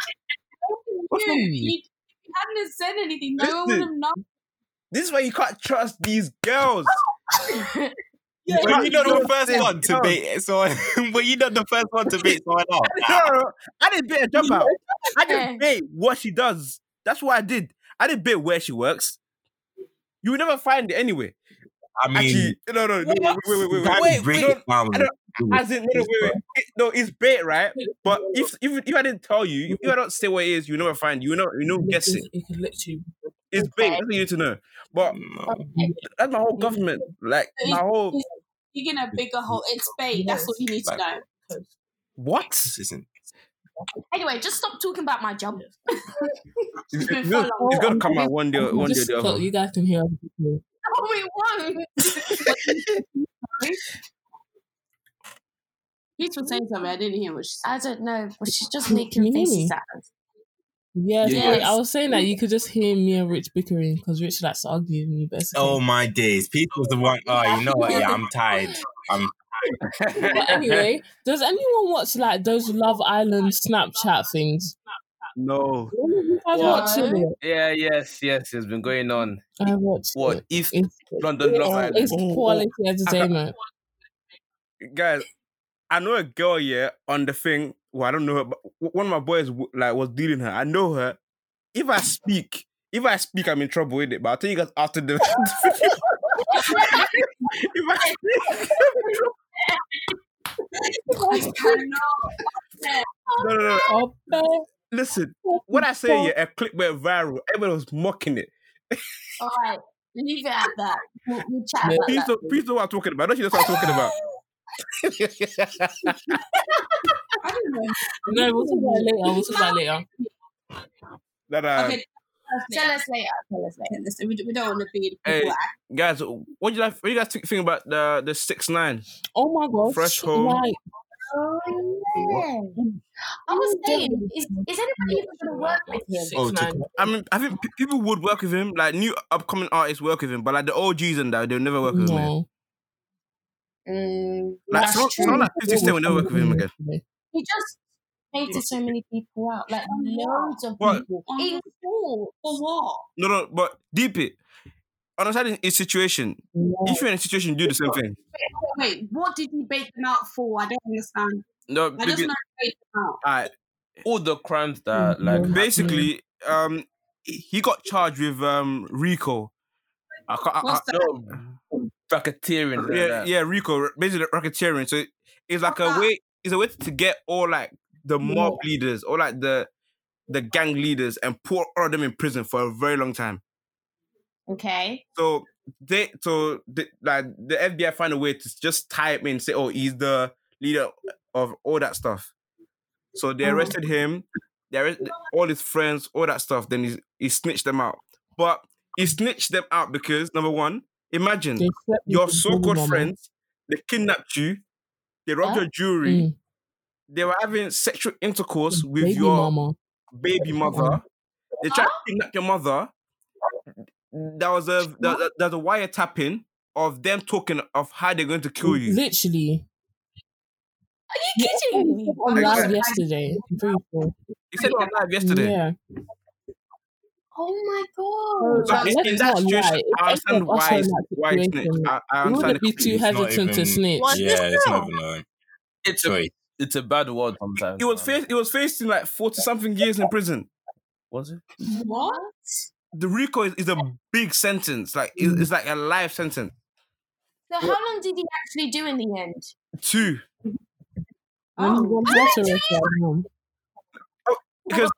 Speaker 5: What's wrong
Speaker 2: you,
Speaker 5: with you?
Speaker 2: you, you hadn't said anything. No one would
Speaker 5: Listen.
Speaker 2: have known.
Speaker 5: This is why you can't trust these girls.
Speaker 1: Yeah,
Speaker 10: Were you not the
Speaker 5: don't
Speaker 10: first
Speaker 5: say
Speaker 10: one to
Speaker 5: no.
Speaker 10: bait someone? Were you not the first one to bait someone off?
Speaker 5: No, no, no. I didn't bait a job out. I
Speaker 7: Yeah.
Speaker 5: didn't bait what she does. That's what I did. I didn't bait where she works. You will never find it anyway.
Speaker 10: I mean,
Speaker 5: Actually, no, no, no, wait, wait, wait, wait,
Speaker 10: that would
Speaker 5: wait, wait,
Speaker 10: break
Speaker 5: wait. no,
Speaker 10: it down.
Speaker 5: I As in, no, no, wait, wait. It- no, it's bait, right? But if if, if I didn't tell you, if I don't say what it is, you never find. You know, you know, guess it.
Speaker 1: You can literally
Speaker 5: It's bait. That's what you need to know. But
Speaker 10: No.
Speaker 5: that's my whole government. Like my whole
Speaker 2: You're going to bigger hole. It's bait. That's all you need to know.
Speaker 5: what?
Speaker 10: This isn't.
Speaker 7: Anyway, just stop talking about my job.
Speaker 5: It's,
Speaker 2: been
Speaker 5: it's
Speaker 2: so
Speaker 5: gonna-
Speaker 2: long.
Speaker 5: it's gonna
Speaker 1: Oh, I'm
Speaker 5: come out one day, one day or
Speaker 1: just,
Speaker 5: the
Speaker 1: so
Speaker 5: other.
Speaker 1: you guys can hear. everything.
Speaker 7: Oh, we won.
Speaker 2: Peace was saying something. I didn't hear what she said.
Speaker 7: I don't know, but she's just
Speaker 1: Can- can
Speaker 7: making
Speaker 1: you hear me?
Speaker 7: faces at us.
Speaker 1: Yeah,
Speaker 5: Yeah,
Speaker 1: sorry.
Speaker 7: yeah.
Speaker 1: I was saying that you could just hear me and Rich bickering because Rich likes to argue with me basically.
Speaker 10: Oh my days. People was the one. Oh, you know what? Yeah, I'm tired. I'm
Speaker 1: But anyway, does anyone watch like those Love Island Snapchat things?
Speaker 5: No.
Speaker 1: You guys
Speaker 4: What?
Speaker 1: watching it?
Speaker 4: Yeah, yes, yes, it's been going on.
Speaker 1: I watched
Speaker 4: What
Speaker 1: it.
Speaker 4: if
Speaker 1: It's,
Speaker 4: London Love Island?
Speaker 1: it's
Speaker 5: Oh, oh,
Speaker 1: quality entertainment.
Speaker 5: guys, I know a girl, yeah, on the thing. Well, I don't know her, but w- one of my boys w- like was dealing her. I know her. If I speak, if I speak, I'm in trouble with it. But I'll tell you guys after the. if I speak,
Speaker 2: I cannot.
Speaker 5: no, no, no.
Speaker 1: Up there.
Speaker 5: Listen, what I say, yeah, a clip went viral. Everyone was mocking it.
Speaker 7: All right, leave it at that. We'll, we'll chat about
Speaker 5: Please
Speaker 7: that.
Speaker 5: don't, please know what I'm talking about. Don't you know what I'm talking about?
Speaker 2: I don't know.
Speaker 1: No, we'll talk about it later. We'll talk about it later.
Speaker 5: That, uh,
Speaker 2: Okay.
Speaker 7: Tell us later. Tell us later.
Speaker 2: Listen, we, we don't want to be in
Speaker 5: Hey.
Speaker 2: people
Speaker 5: Guys, what do you like? What do you guys think think about the the six nine?
Speaker 1: Oh my gosh.
Speaker 5: Threshold.
Speaker 1: Like,
Speaker 7: Oh, yeah. I was saying, is, is anybody even going to work with him?
Speaker 1: Six,
Speaker 10: Oh, to-
Speaker 1: nine.
Speaker 5: I mean, I think pe- people would work with him. Like new upcoming artists work with him, but like the OGs and that, they'll never work with him. again.
Speaker 1: No.
Speaker 7: Mm,
Speaker 5: Like
Speaker 7: that's
Speaker 5: someone,
Speaker 7: true.
Speaker 5: someone like Fifty Cent will never work with him again.
Speaker 7: He just baited so many people out, like loads of
Speaker 5: What?
Speaker 7: people.
Speaker 2: On-
Speaker 7: In court.
Speaker 2: For what?
Speaker 5: No, no, but deep it. Understanding his situation. If you're in a situation, do the same thing.
Speaker 2: Wait, what did you bait them out for? I don't understand.
Speaker 5: No,
Speaker 2: I just
Speaker 5: because,
Speaker 2: know you bait them out.
Speaker 5: alright,
Speaker 4: All the crimes that
Speaker 5: Mm-hmm.
Speaker 1: Mhm.
Speaker 4: like
Speaker 5: basically, um, he got charged with um Rico. I can't, I- I-
Speaker 2: What's that?
Speaker 4: no racketeering. like
Speaker 5: yeah,
Speaker 4: that.
Speaker 5: yeah, Rico, basically racketeering. So it's like a
Speaker 2: Ah.
Speaker 5: way, it's a way to get all like the mob leaders, all like the the gang leaders, and put all of them in prison for a very long time.
Speaker 7: Okay.
Speaker 5: So they, so the, like the FBI find a way to just tie him in, and say,
Speaker 1: Oh.
Speaker 5: "Oh, he's the leader of all that stuff." So they arrested him, There is all his friends, all that stuff. Then he he snitched them out, but he snitched them out because number one, imagine
Speaker 1: They slept with
Speaker 5: Hmm. your
Speaker 1: the
Speaker 5: so-called
Speaker 1: woman.
Speaker 5: friends, they kidnapped you, they robbed
Speaker 7: Yeah.
Speaker 5: your jewelry,
Speaker 1: Mm.
Speaker 5: they were having sexual intercourse with
Speaker 1: Baby
Speaker 5: your
Speaker 1: mama.
Speaker 5: baby mother. They tried to kidnap your mother. There was a there, there- there's a wiretapping of them talking of how they're going to kill you.
Speaker 1: Literally. Are you
Speaker 2: Oh,
Speaker 7: kidding me?
Speaker 1: On live
Speaker 5: Exactly.
Speaker 1: yesterday. I'm pretty sure.
Speaker 5: He said it on live yesterday.
Speaker 1: Yeah.
Speaker 7: Oh
Speaker 1: So
Speaker 5: So in, in
Speaker 1: let's
Speaker 5: that
Speaker 1: not
Speaker 5: situation,
Speaker 1: lie.
Speaker 5: I
Speaker 1: If any
Speaker 5: understand
Speaker 1: of us were
Speaker 5: why
Speaker 1: in
Speaker 5: he-
Speaker 1: that
Speaker 5: why he snitched.
Speaker 1: situation,
Speaker 5: I, I
Speaker 1: we
Speaker 5: understand
Speaker 1: wouldn't
Speaker 5: it
Speaker 1: be too
Speaker 5: completely.
Speaker 10: not
Speaker 1: hesitant to
Speaker 10: even-
Speaker 1: snitch.
Speaker 6: What?
Speaker 10: Yeah, it's not even a
Speaker 5: It's a,
Speaker 10: choice.
Speaker 4: It's a bad word sometimes.
Speaker 5: he was
Speaker 4: man.
Speaker 5: face, he was facing like forty something years in prison.
Speaker 4: Was it?
Speaker 2: What?
Speaker 5: The Rico is, is a big sentence. Like it- it's like a life sentence.
Speaker 7: So how long did he actually do in the end?
Speaker 5: Two
Speaker 1: When you
Speaker 2: Oh.
Speaker 1: want letter if you're at home.
Speaker 5: because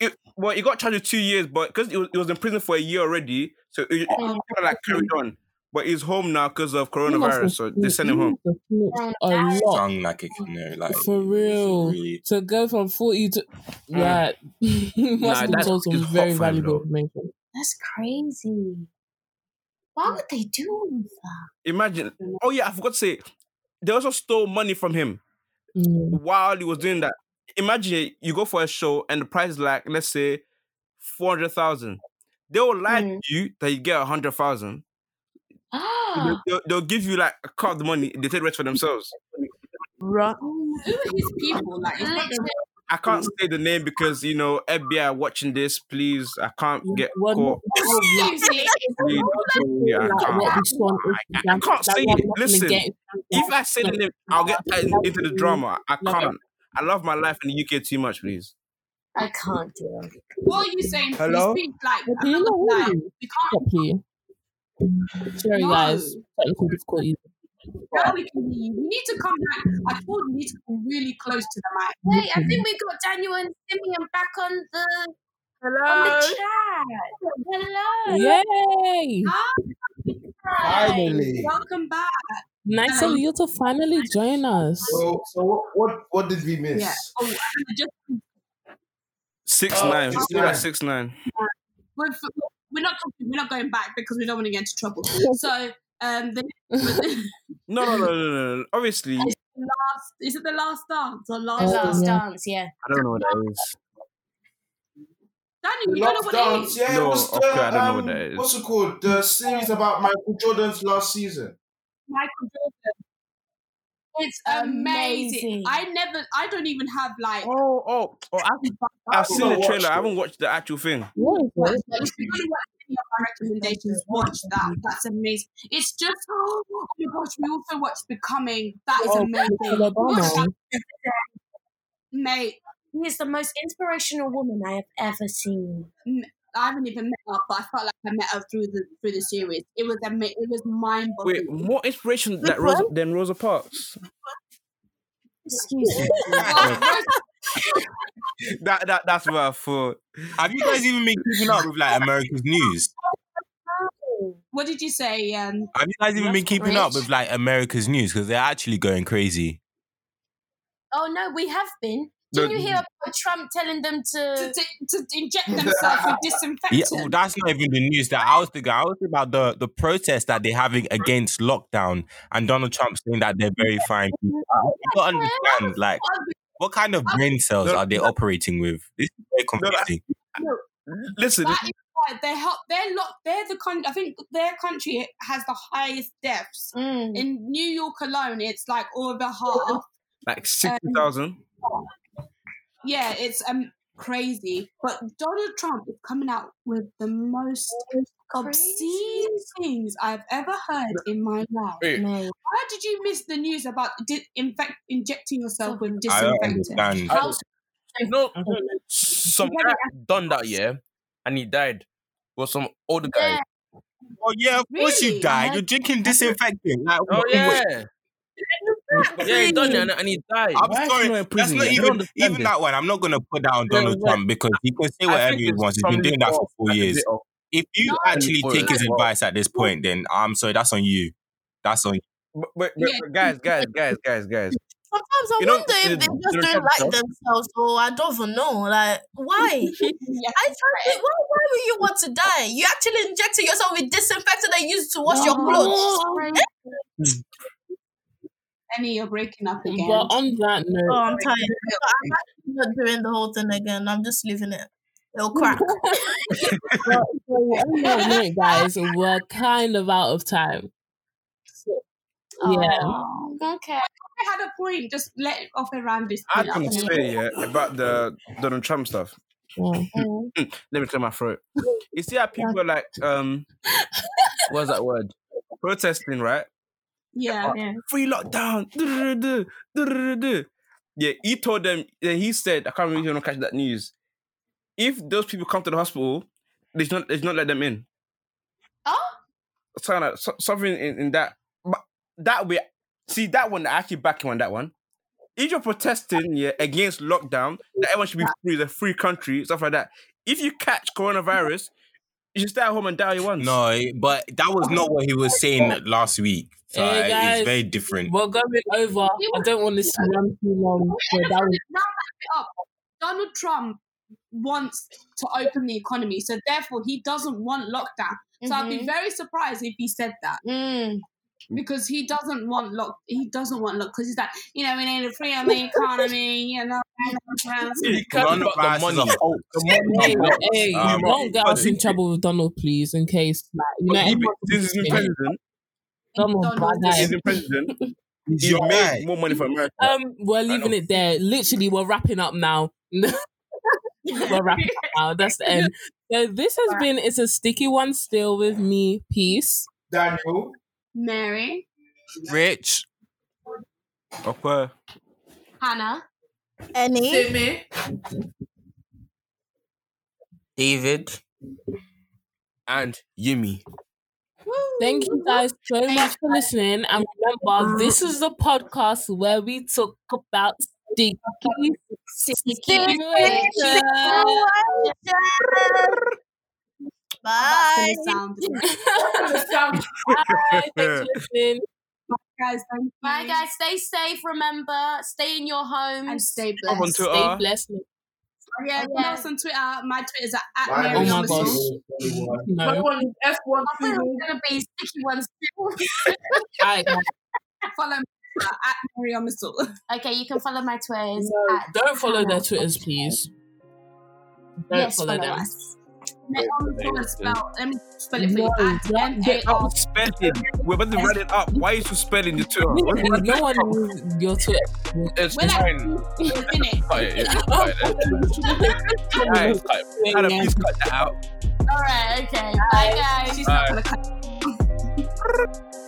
Speaker 5: it, well, he got charged with two years, but because he was, he was in prison for a year already, so it, it kind of like carried on. But he's home now because of
Speaker 1: You must have
Speaker 5: coronavirus, so they
Speaker 1: snitched-
Speaker 5: sent him
Speaker 1: you
Speaker 5: home.
Speaker 1: must have snitched A lot.
Speaker 10: Sung like a canoe, like
Speaker 1: For real.
Speaker 10: really-
Speaker 1: To go from 40 to.
Speaker 5: Mm.
Speaker 1: Yeah. you
Speaker 5: Nah,
Speaker 1: must have
Speaker 5: that's-
Speaker 1: told some
Speaker 5: it's hot
Speaker 1: very
Speaker 5: fire,
Speaker 1: valuable
Speaker 5: though.
Speaker 1: information.
Speaker 7: That's crazy. Why would they do that?
Speaker 5: Imagine. Oh yeah, I forgot to say, they also stole money from him Hmm.
Speaker 1: Mm.
Speaker 5: while he was doing that. Imagine you go for a show and the price is like let's say four hundred thousand. They will lie
Speaker 7: Mm.
Speaker 5: to you that you get a hundred thousand.
Speaker 7: Ah,
Speaker 5: They'll, they'll give you like a card of the money. They take the rest for themselves.
Speaker 2: Who are these people? Like, is that the-
Speaker 5: I can't say the name because you know FBI are watching this. Please, I can't get
Speaker 1: Well,
Speaker 5: caught.
Speaker 7: literally.
Speaker 5: Please, yeah, I
Speaker 1: like
Speaker 5: can't.
Speaker 1: what we saw on
Speaker 5: I- I
Speaker 1: Instagram,
Speaker 5: can't
Speaker 1: like
Speaker 5: say
Speaker 1: what
Speaker 5: it.
Speaker 1: happened
Speaker 5: Listen,
Speaker 1: against-
Speaker 5: If I say the name, I'll get uh, into the drama. I can't. I love my life in the UK too much. Please.
Speaker 7: I can't do it.
Speaker 2: what are you saying?
Speaker 5: Hello?
Speaker 2: You speak like,
Speaker 1: But do you know who
Speaker 2: like
Speaker 1: you
Speaker 2: we can't.
Speaker 1: properly. Sorry,
Speaker 2: No.
Speaker 1: guys. Technical difficulties.
Speaker 2: Now we can hear you. You need to come back. I told you, you need to come really close to the mic.
Speaker 7: Wait, I think we got Daniel and Simeon back on the on the
Speaker 6: Hello.
Speaker 7: chat. Hello.
Speaker 1: Yay!
Speaker 7: Ah,
Speaker 3: Finally.
Speaker 2: Welcome back.
Speaker 1: Nice of you to finally join us.
Speaker 3: So, so what, what what did we miss?
Speaker 2: Yeah. Oh, and I just
Speaker 5: Six
Speaker 3: Oh,
Speaker 5: nine.
Speaker 3: six
Speaker 5: Still at
Speaker 3: nine.
Speaker 5: six nine.
Speaker 2: we're, we're not talking, we're not going back because we don't want to get into trouble. So um, the, the
Speaker 5: No, no, no, no, no, no. Obviously, I
Speaker 2: last is it the last dance or
Speaker 7: The
Speaker 2: last?
Speaker 7: last
Speaker 1: yeah.
Speaker 7: dance, yeah.
Speaker 5: don't know what that is.
Speaker 2: Daniel, you don't know
Speaker 3: Love
Speaker 2: what it
Speaker 3: Dance,
Speaker 2: is.
Speaker 3: yeah,
Speaker 5: No,
Speaker 3: it was the,
Speaker 5: okay, I don't know
Speaker 3: um,
Speaker 5: what that is.
Speaker 3: What's it called? The series about Michael Jordan's last season.
Speaker 2: Michael Jordan.
Speaker 7: It's
Speaker 2: Amazing. I never. I don't even have like.
Speaker 5: Oh, oh, oh! I've, I've seen the trailer. I haven't watched the actual thing.
Speaker 1: What is
Speaker 2: But
Speaker 1: it?
Speaker 2: if you really want any of my recommendations, watch that. That's amazing. It's just oh my gosh, we also watched Becoming. That is
Speaker 1: Oh,
Speaker 2: amazing.
Speaker 1: Michelle
Speaker 2: Watch
Speaker 1: Obama.
Speaker 2: that, mate.
Speaker 7: He is the most inspirational woman I have ever seen.
Speaker 2: I haven't even met her, but I felt like I met her through the through the series. It was ama- it was mind
Speaker 5: Wait,
Speaker 2: boggling.
Speaker 5: more inspiration that Rosa, than Rosa Parks.
Speaker 7: Excuse me.
Speaker 5: That, that, that's what I thought.
Speaker 10: Have you guys even been keeping up with like America's news?
Speaker 2: What did you say? Um,
Speaker 10: Have you guys even been
Speaker 7: That's
Speaker 10: keeping up
Speaker 7: rich.
Speaker 10: with like America's news? Because they're actually going crazy.
Speaker 7: Oh no, we have been. Didn't you hear about Trump telling them
Speaker 2: to,
Speaker 7: to?
Speaker 2: to, to inject themselves with
Speaker 10: Yeah,
Speaker 2: disinfectant.
Speaker 10: well, that's not even the news that I was thinking. I was thinking about the, the protest that they're having against lockdown and Donald Trump saying that they're very fine people. I I don't understand. Like, what kind of brain cells are they operating with? This is very confusing.
Speaker 5: Listen,
Speaker 2: that is why they help. They're locked. They're the country. I think their country has the highest deaths
Speaker 7: Mm.
Speaker 2: in New York alone. It's like
Speaker 10: Oh,
Speaker 2: over half.
Speaker 5: like sixty thousand.
Speaker 2: Yeah, it's um crazy. But Donald Trump is coming out with the most obscene things I've ever heard in my life.
Speaker 4: Wait,
Speaker 7: Mate.
Speaker 2: Why did you miss the news about di- infect injecting yourself with
Speaker 10: I don't
Speaker 2: disinfectant?
Speaker 10: understand.
Speaker 4: I- you know, some guy done that, yeah, and he died. Was some old guy.
Speaker 7: Yeah.
Speaker 10: Oh yeah, of course
Speaker 2: Really?
Speaker 10: you died. You're drinking disinfectant. Like,
Speaker 4: Oh
Speaker 10: what-
Speaker 4: yeah, yeah, he done it and, and he died.
Speaker 10: I'm
Speaker 5: Why is he
Speaker 10: sorry.
Speaker 5: not in
Speaker 10: That's
Speaker 5: prison?
Speaker 10: not
Speaker 5: I don't
Speaker 10: even
Speaker 5: understand
Speaker 10: even
Speaker 5: this.
Speaker 10: that one. I'm not gonna put down
Speaker 4: Yeah,
Speaker 10: Donald
Speaker 4: yeah.
Speaker 10: Trump because he can say
Speaker 4: I
Speaker 10: whatever
Speaker 4: think
Speaker 10: he
Speaker 4: it's
Speaker 10: wants. He's been
Speaker 4: somebody's
Speaker 10: doing that for
Speaker 4: fault.
Speaker 10: four
Speaker 4: I think
Speaker 10: years.
Speaker 4: it's-
Speaker 10: If you
Speaker 2: No.
Speaker 10: actually
Speaker 4: Or
Speaker 10: take his
Speaker 4: as well.
Speaker 10: advice at this point, then I'm sorry. That's on you. That's on you.
Speaker 5: But, but, but-
Speaker 2: Yeah.
Speaker 5: but guys, guys, guys, guys, guys.
Speaker 6: Sometimes I
Speaker 4: You know,
Speaker 6: wonder if they
Speaker 4: you
Speaker 6: just
Speaker 4: know,
Speaker 6: don't
Speaker 4: some-
Speaker 6: like themselves, or I don't even know. Like, why?
Speaker 2: Yeah.
Speaker 6: I tried it. Why, why would you want to die? You actually injected yourself with disinfectant and used to wash your clothes.
Speaker 2: Emmy, you're breaking up
Speaker 1: But
Speaker 2: again.
Speaker 1: on that
Speaker 6: Oh,
Speaker 1: note,
Speaker 6: I'm tired. But I'm actually not doing the whole thing again. I'm just leaving it. It'll crack.
Speaker 1: on that note, guys, we're kind of out of time. So, yeah.
Speaker 7: Oh, okay.
Speaker 2: I had a point. Just let off around this.
Speaker 4: I
Speaker 2: point.
Speaker 4: can
Speaker 2: Okay.
Speaker 4: say yeah about the Donald Trump stuff.
Speaker 1: yeah.
Speaker 4: Let me clear my throat. You see how people are like um, what's that word? Protesting, right?
Speaker 2: Yeah, yeah.
Speaker 4: free lockdown. Du-du-du-du, du-du-du-du. Yeah, he told them. Yeah, he said, I can't remember if you want to catch that news. If those people come to the hospital, they should not, they should not let them in.
Speaker 7: Oh.
Speaker 4: Something, like- so- something in, in that. But that way, see that one. I actually back you on that one. If you're protesting, yeah, against lockdown, that everyone should be free, it's a free country, stuff like that. If you catch coronavirus, you should stay at home and die your ones.
Speaker 5: No, but that was not what he was saying last week. So
Speaker 1: Hey,
Speaker 5: I-
Speaker 1: guys.
Speaker 5: it's very different.
Speaker 1: We're going over. I don't want this to run too long. So that was
Speaker 2: Donald Trump wants to open the economy, so therefore he doesn't want lockdown. So I'd be very surprised if he said that
Speaker 7: Mm-hmm. Mm.
Speaker 2: because he doesn't want lock. He doesn't want lock because he's like, you know, we need a free on the economy. You know,
Speaker 1: You can't-
Speaker 5: Coronavirus is a hoax.
Speaker 1: Hey,
Speaker 5: Coronavirus.
Speaker 1: hey,
Speaker 5: Um,
Speaker 1: don't get us in trouble with Donald, please, in case. Like, you know,
Speaker 4: But he-
Speaker 1: everyone's
Speaker 4: since he's been
Speaker 1: listening.
Speaker 4: president,
Speaker 1: Donald, bad
Speaker 2: Donald
Speaker 1: guy.
Speaker 4: he's been president.
Speaker 5: He's
Speaker 4: He
Speaker 5: your
Speaker 4: made
Speaker 5: man.
Speaker 4: more money for America.
Speaker 1: Um, we're leaving
Speaker 4: know.
Speaker 1: it there. Literally, we're wrapping up now. we're wrapping up now. That's the end. So this has been it's a sticky one still with me. Peace.
Speaker 3: Daniel.
Speaker 2: Mary,
Speaker 5: Rich.
Speaker 4: Okay.
Speaker 7: Hannah.
Speaker 6: Any?
Speaker 5: David. And Yumi.
Speaker 1: Thank you guys so much for listening. And remember, this is the podcast where we talk about sticky situations.
Speaker 2: that's
Speaker 6: Bye.
Speaker 2: gonna sound
Speaker 1: Bye. Thanks for listening.
Speaker 2: guys. Thank
Speaker 7: Bye,
Speaker 2: you.
Speaker 7: guys. Stay safe. Remember, stay in your homes.
Speaker 2: and stay
Speaker 4: Come on
Speaker 2: blessed. Oh,
Speaker 4: to
Speaker 1: Stay
Speaker 4: our-
Speaker 1: blessed.
Speaker 2: Yeah,
Speaker 7: Okay.
Speaker 2: follow us on Twitter. My Twitter's at, at
Speaker 3: Why
Speaker 1: Oh
Speaker 2: Mary.
Speaker 3: don't
Speaker 1: my
Speaker 3: you
Speaker 2: underscore.
Speaker 1: gosh.
Speaker 3: everyone?
Speaker 1: No. All
Speaker 7: I thought it was gonna be sticky ones.
Speaker 1: right, guys.
Speaker 2: Follow me at Mary Omisol.
Speaker 7: okay, you can follow my Twitters.
Speaker 1: No,
Speaker 7: at
Speaker 1: don't follow
Speaker 7: Hannah.
Speaker 1: their Twitters, please. Don't
Speaker 7: Yes, follow
Speaker 1: follow them.
Speaker 7: us.
Speaker 2: Mary Omisol is spelled. Let me spell it for
Speaker 1: No,
Speaker 2: you. At
Speaker 1: don't
Speaker 2: M A
Speaker 1: get
Speaker 2: R.
Speaker 4: Stop spelling. We're about to run it up. Why are you so spelling the Twitter? What's the-
Speaker 1: no one knows your Twitter.
Speaker 11: It's
Speaker 2: We're like,
Speaker 11: fine.
Speaker 2: it's in it.
Speaker 11: Cut it, it's fine.
Speaker 4: Guys,
Speaker 11: Cut it.
Speaker 4: Hannah, please cut that out.
Speaker 7: All right. Okay. Bye, guys.
Speaker 2: She's not gonna cut.